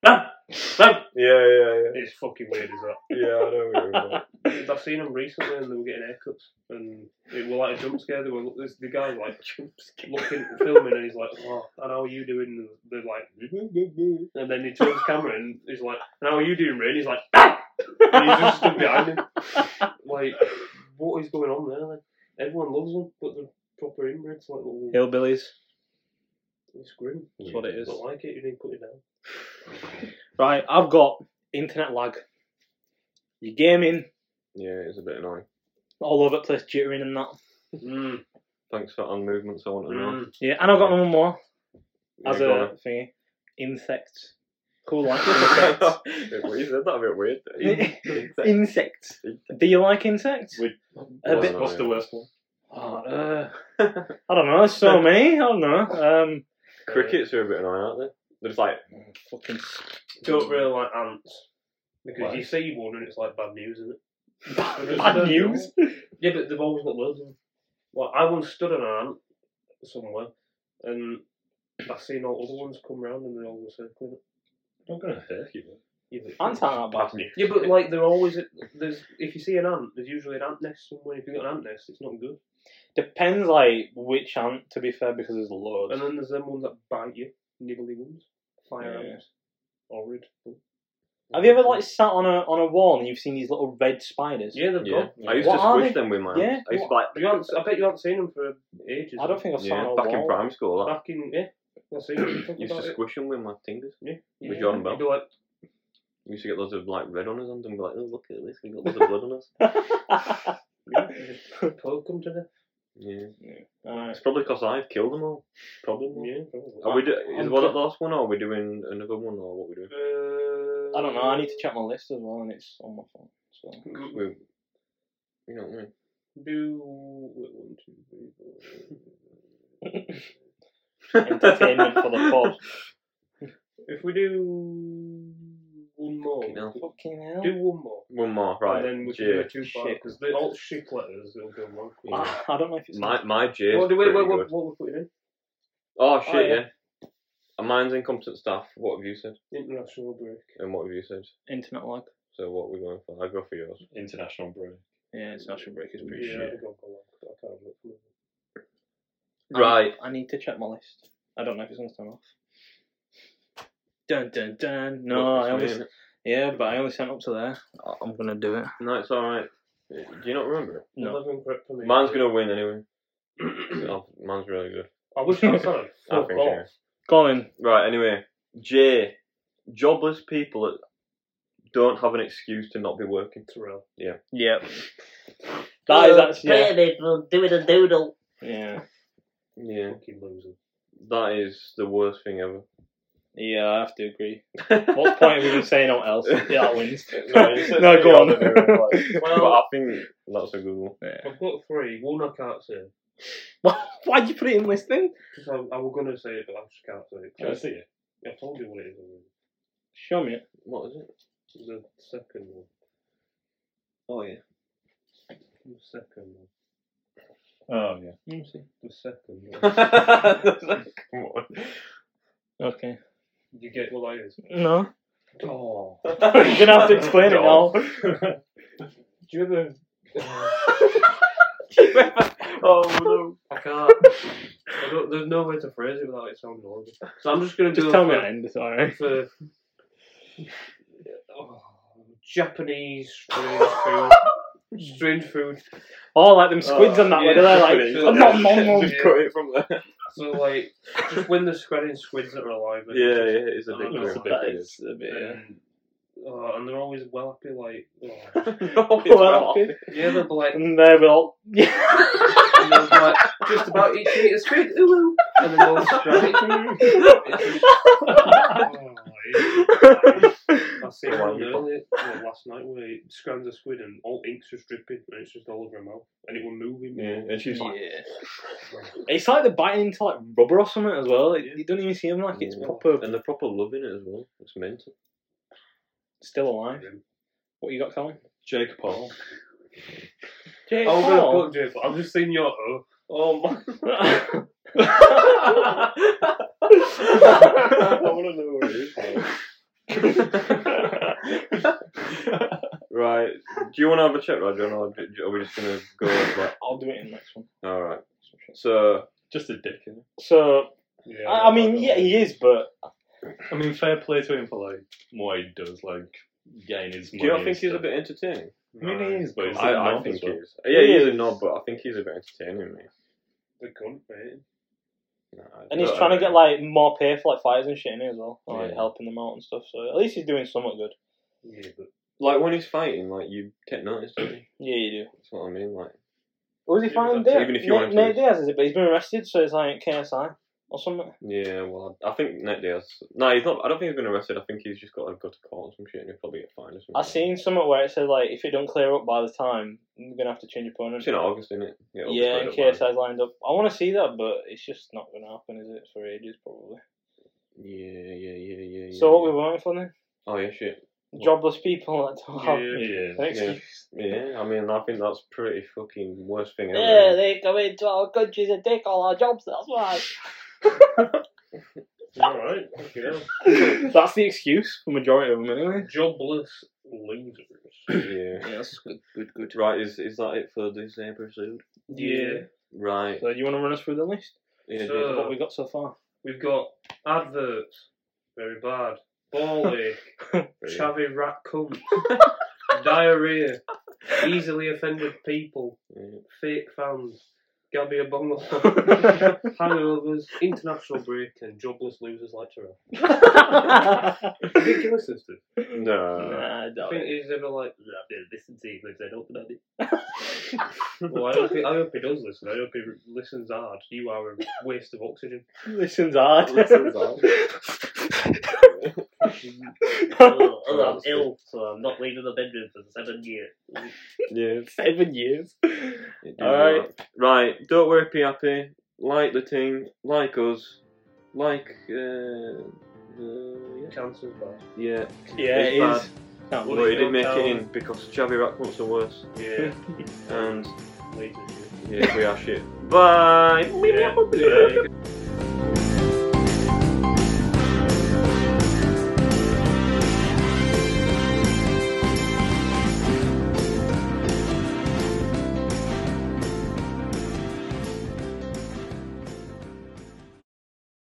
like,
Yeah, yeah, yeah.
it's fucking weird as that.
Yeah, I know. what you mean.
I've seen them recently and they were getting haircuts and it was like a jump scare. They were this the guy was like looking filming and he's like, oh, and how are you doing? And they're like, and then he turns camera and he's like, and how are you doing, Ray? And he's like, and he's just stood behind him. Like, what is going on there? Like, everyone loves them, but the proper inbreds like, oh,
Hillbillies.
it's grim.
That's what it is.
Don't like it. You need to cut it down.
Right. I've got internet lag. Your gaming
Yeah, it's a bit annoying.
all over the place, jittering and that.
Thanks for on movements.
Mm.
I want to know.
Yeah, and I've got
Yeah.
one more
Yeah,
as
go
a
on.
thingy. Insects. Cool, like insects.
Bit weird, you said that a bit weird. Insect.
insects. Do you like insects?
We-
A
what's,
bit-
what's the worst one?
Oh, uh, I don't know. So many. I don't know. Um,
Crickets are a bit annoying, aren't they? They're just like,
fucking Mm.
Don't really like ants. Because
Why?
you see one and it's like bad news, isn't it?
bad news.
Yeah, but they've always got loads of them. Well, I once stood on an ant somewhere and I've seen all other ones come round and they're all the circling.
Not gonna hurt you.
Yeah, but-
Ants aren't that bad.
Yeah, but like they're always there's if you see an ant, there's usually an ant nest somewhere. If you got an ant nest, it's not good.
Depends, like which ant. To be fair, because there's loads.
And then there's them ones that bite you, nibbly ones, fire
Yeah.
ants, horrid.
Have you ever like sat on a on a wall and you've seen these little red spiders?
Yeah, they've
Yeah.
got.
I used
What
to
are
squish
they?
them with my hands.
Yeah,
I used to like,
You haven't, I bet you haven't seen them for ages.
I don't think I've sat
yeah,
on a
back
wall.
in primary school, like,
Back in yeah, I've seen them. Talk
I used to
about it.
squish them with my fingers.
Yeah.
with Jordan Bell.
You'd be like,
We used to get loads of like red on us and be like, oh, look at this, we got loads of blood on us.
poke them to the
Yeah.
Alright.
It's probably because I've killed them all. Probably.
yeah. probably.
Are we do-
I'm
is one
ki-
the last one or are we doing another one or what are we doing?
Uh,
I don't know. I need to check my list as well, and it's on my phone. So
We, you know what I mean?
Do one, two, three, four.
entertainment for the pod.
If we do one more,
Fucking hell.
Fucking hell.
do one more.
One more, right.
And then we can
J.
do a two part
Shit.
because the alt ship letters will go wrong.
I, I don't know if it's
My my J. is
Well, do we-
Ah. pretty
what, what,
good.
what we put it
Oh shit,
Oh, yeah.
yeah. Uh, Mine's incompetent staff. What have you said?
in? International break.
And what have you said?
internet lag.
So what are we going for? I go for yours.
International break.
Yeah, international break is pretty
yeah,
shit.
I've got one, but I can't look for it.
I-
Right.
I need to check my list. I don't know if it's on time off. Dun dun dun. No,
It's
I
me,
only
innit?
yeah, but I only sent up to there. I- I'm gonna do it.
No, it's alright. Do you not remember it?
No.
Eleven correct for me.
Mine's gonna win anyway. Oh, mine's really good.
I wish I was on.
I
Fuck
think,
off.
yeah.
Colin.
Right, anyway. J. Jobless people that don't have an excuse to not be working.
Terrell.
Yep. That is actually yeah.
doing a doodle.
yeah.
Yeah.
Fucking loser.
That is the worst thing ever.
Yeah, I have to agree. What's the point of even saying anything else? Yeah, that wins.
No, it's-
No,
it's
go
the
on.
other way around, like.
Well-
but I think that's a good one.
I've got three. One I can't say
Why'd you put it in list then?
because I, I was gonna say it, but I just can't say it.
Can I see it?
I told you what it is. already.
Show me it.
What is it?
The second one.
Oh yeah.
The second one.
Oh yeah.
Let me see.
The second one.
Come on.
Okay.
you get what that is?
No.
Oh.
You're
You're gonna have to explain it now.
Do you ever? uh,
Oh no.
I can't. I don't, there's no way to phrase it without it sounding horrible. So I'm just gonna
Just
go
tell
for,
me at the end, it's alright.
for oh, Japanese strange food. strange food.
Oh, like them squids and that,
yeah,
were they like,
squids,
I'm
yeah.
not mom, mom.
Just cut it from there.
So like, just when they're spreading squids that are alive. and-
Yeah, yeah, it's
Oh, no,
addictive.
it's
That is a bit, yeah.
And, oh, and they're always well happy. Like, oh.
no, it's
Well,
not.
yeah, they're like,
And they were all, yeah.
and they're like just about each meat a squid. Ooh, ooh. And then they'll strike. oh, yeah. I see
Go
one
on, you
earlier well, last night where he scrams a squid and all ink's just dripping and it's just all over her mouth and it will move him.
Yeah, and she's like,
It's like they're biting into like rubber or something as well. It, it doesn't even seem like it's
Yeah.
proper,
and they're proper loving it as well. It's mental.
still alive. What you got, Colin?
Jake Paul.
Jake
Oh,
Paul.
God, Jay, but I've just seen your O. Oh, my.
I want to know where it is. right. Do you want to have a check, Roger, or do- do- are we just gonna go? Like,
I'll do it in the next one.
all right. So
Just a dick. Isn't
So,
Yeah,
I, I mean, yeah, he is, but
it? I mean, fair play to him for like what he does, like getting his
do
money.
you not
and
think he's a
stuff.
bit entertaining?
I mean, he is, but he's a
I, I
knob
think
as
he
well.
is. Yeah, he is
is.
a knob, but I think he's a bit entertaining, mate.
The cunt, mate.
Nah, I
and he's
don't
trying to
know.
get like more pay for like fighters and shit in it as well, like
uh, Yeah.
helping them out and stuff. So at least he's doing somewhat good.
Yeah, but
like when he's fighting, like you take notice. don't you?
Yeah, you do.
That's what I mean. Like
What was he
Yeah,
fighting?
that's-
Diaz?
even if you
Nate,
wanted to.
Nate Diaz is it? But he's been arrested, so it's like KSI. or something.
Yeah, well, I I think Net Diaz. No, he's not. I don't think he's been arrested. I think he's just got to go to court or some shit, and he'll probably get fined. Or something.
I seen something where it said like if it don't clear up by the time, we're gonna have to change opponents.
It's in August, isn't it? it'll be
yeah,
straight
in
up, man.
case I lined up. I want to see that, but it's just not gonna happen, is it? For ages, probably.
Yeah, yeah, yeah, yeah. yeah
so what
yeah.
we want for then?
Oh yeah, shit.
Jobless people that don't have
Yeah.
Yeah.
an excuse.
Yeah, I mean, I think that's pretty fucking worst thing ever.
Yeah, they go into our countries and take all our jobs. That's why.
Alright.
Yeah.
That's the excuse for majority of them, anyway.
Jobless losers.
yeah.
Yeah, that's good, good, good.
Right, is is that it for this episode?
Yeah.
Right.
So you want to run us through the list?
Yeah,
So-
of what we got so far?
We've got adverts, very bad. Ball ache,
yeah.
chavvy rat cunt, diarrhea, easily offended people,
Yeah.
fake fans, Gabby a bungle,
That's
hangovers, international break, and jobless losers like Terrell. Did you listen to? it?
No.
I think he's ever like, nah, I didn't listen to you because I don't know it. well, I hope, he, I hope he does listen. I hope he listens hard. You are a waste of oxygen.
Listens hard.
Listens hard.
I'm ill, so I'm not leaving the bedroom for seven years.
yeah.
Seven years.
it do
Alright.
that. Right. Don't worry, be happy. Like the thing. Like us. Like. Uh, the,
Cancer's bad.
yeah.
Yeah, it
It's
is. Can't
But
Well,
believe
he did make it
Hotel.
in because Chavi Ratcliffe's the worst.
Yeah.
And
Later.
yeah, we are shit. Bye.
Yeah.
Yeah.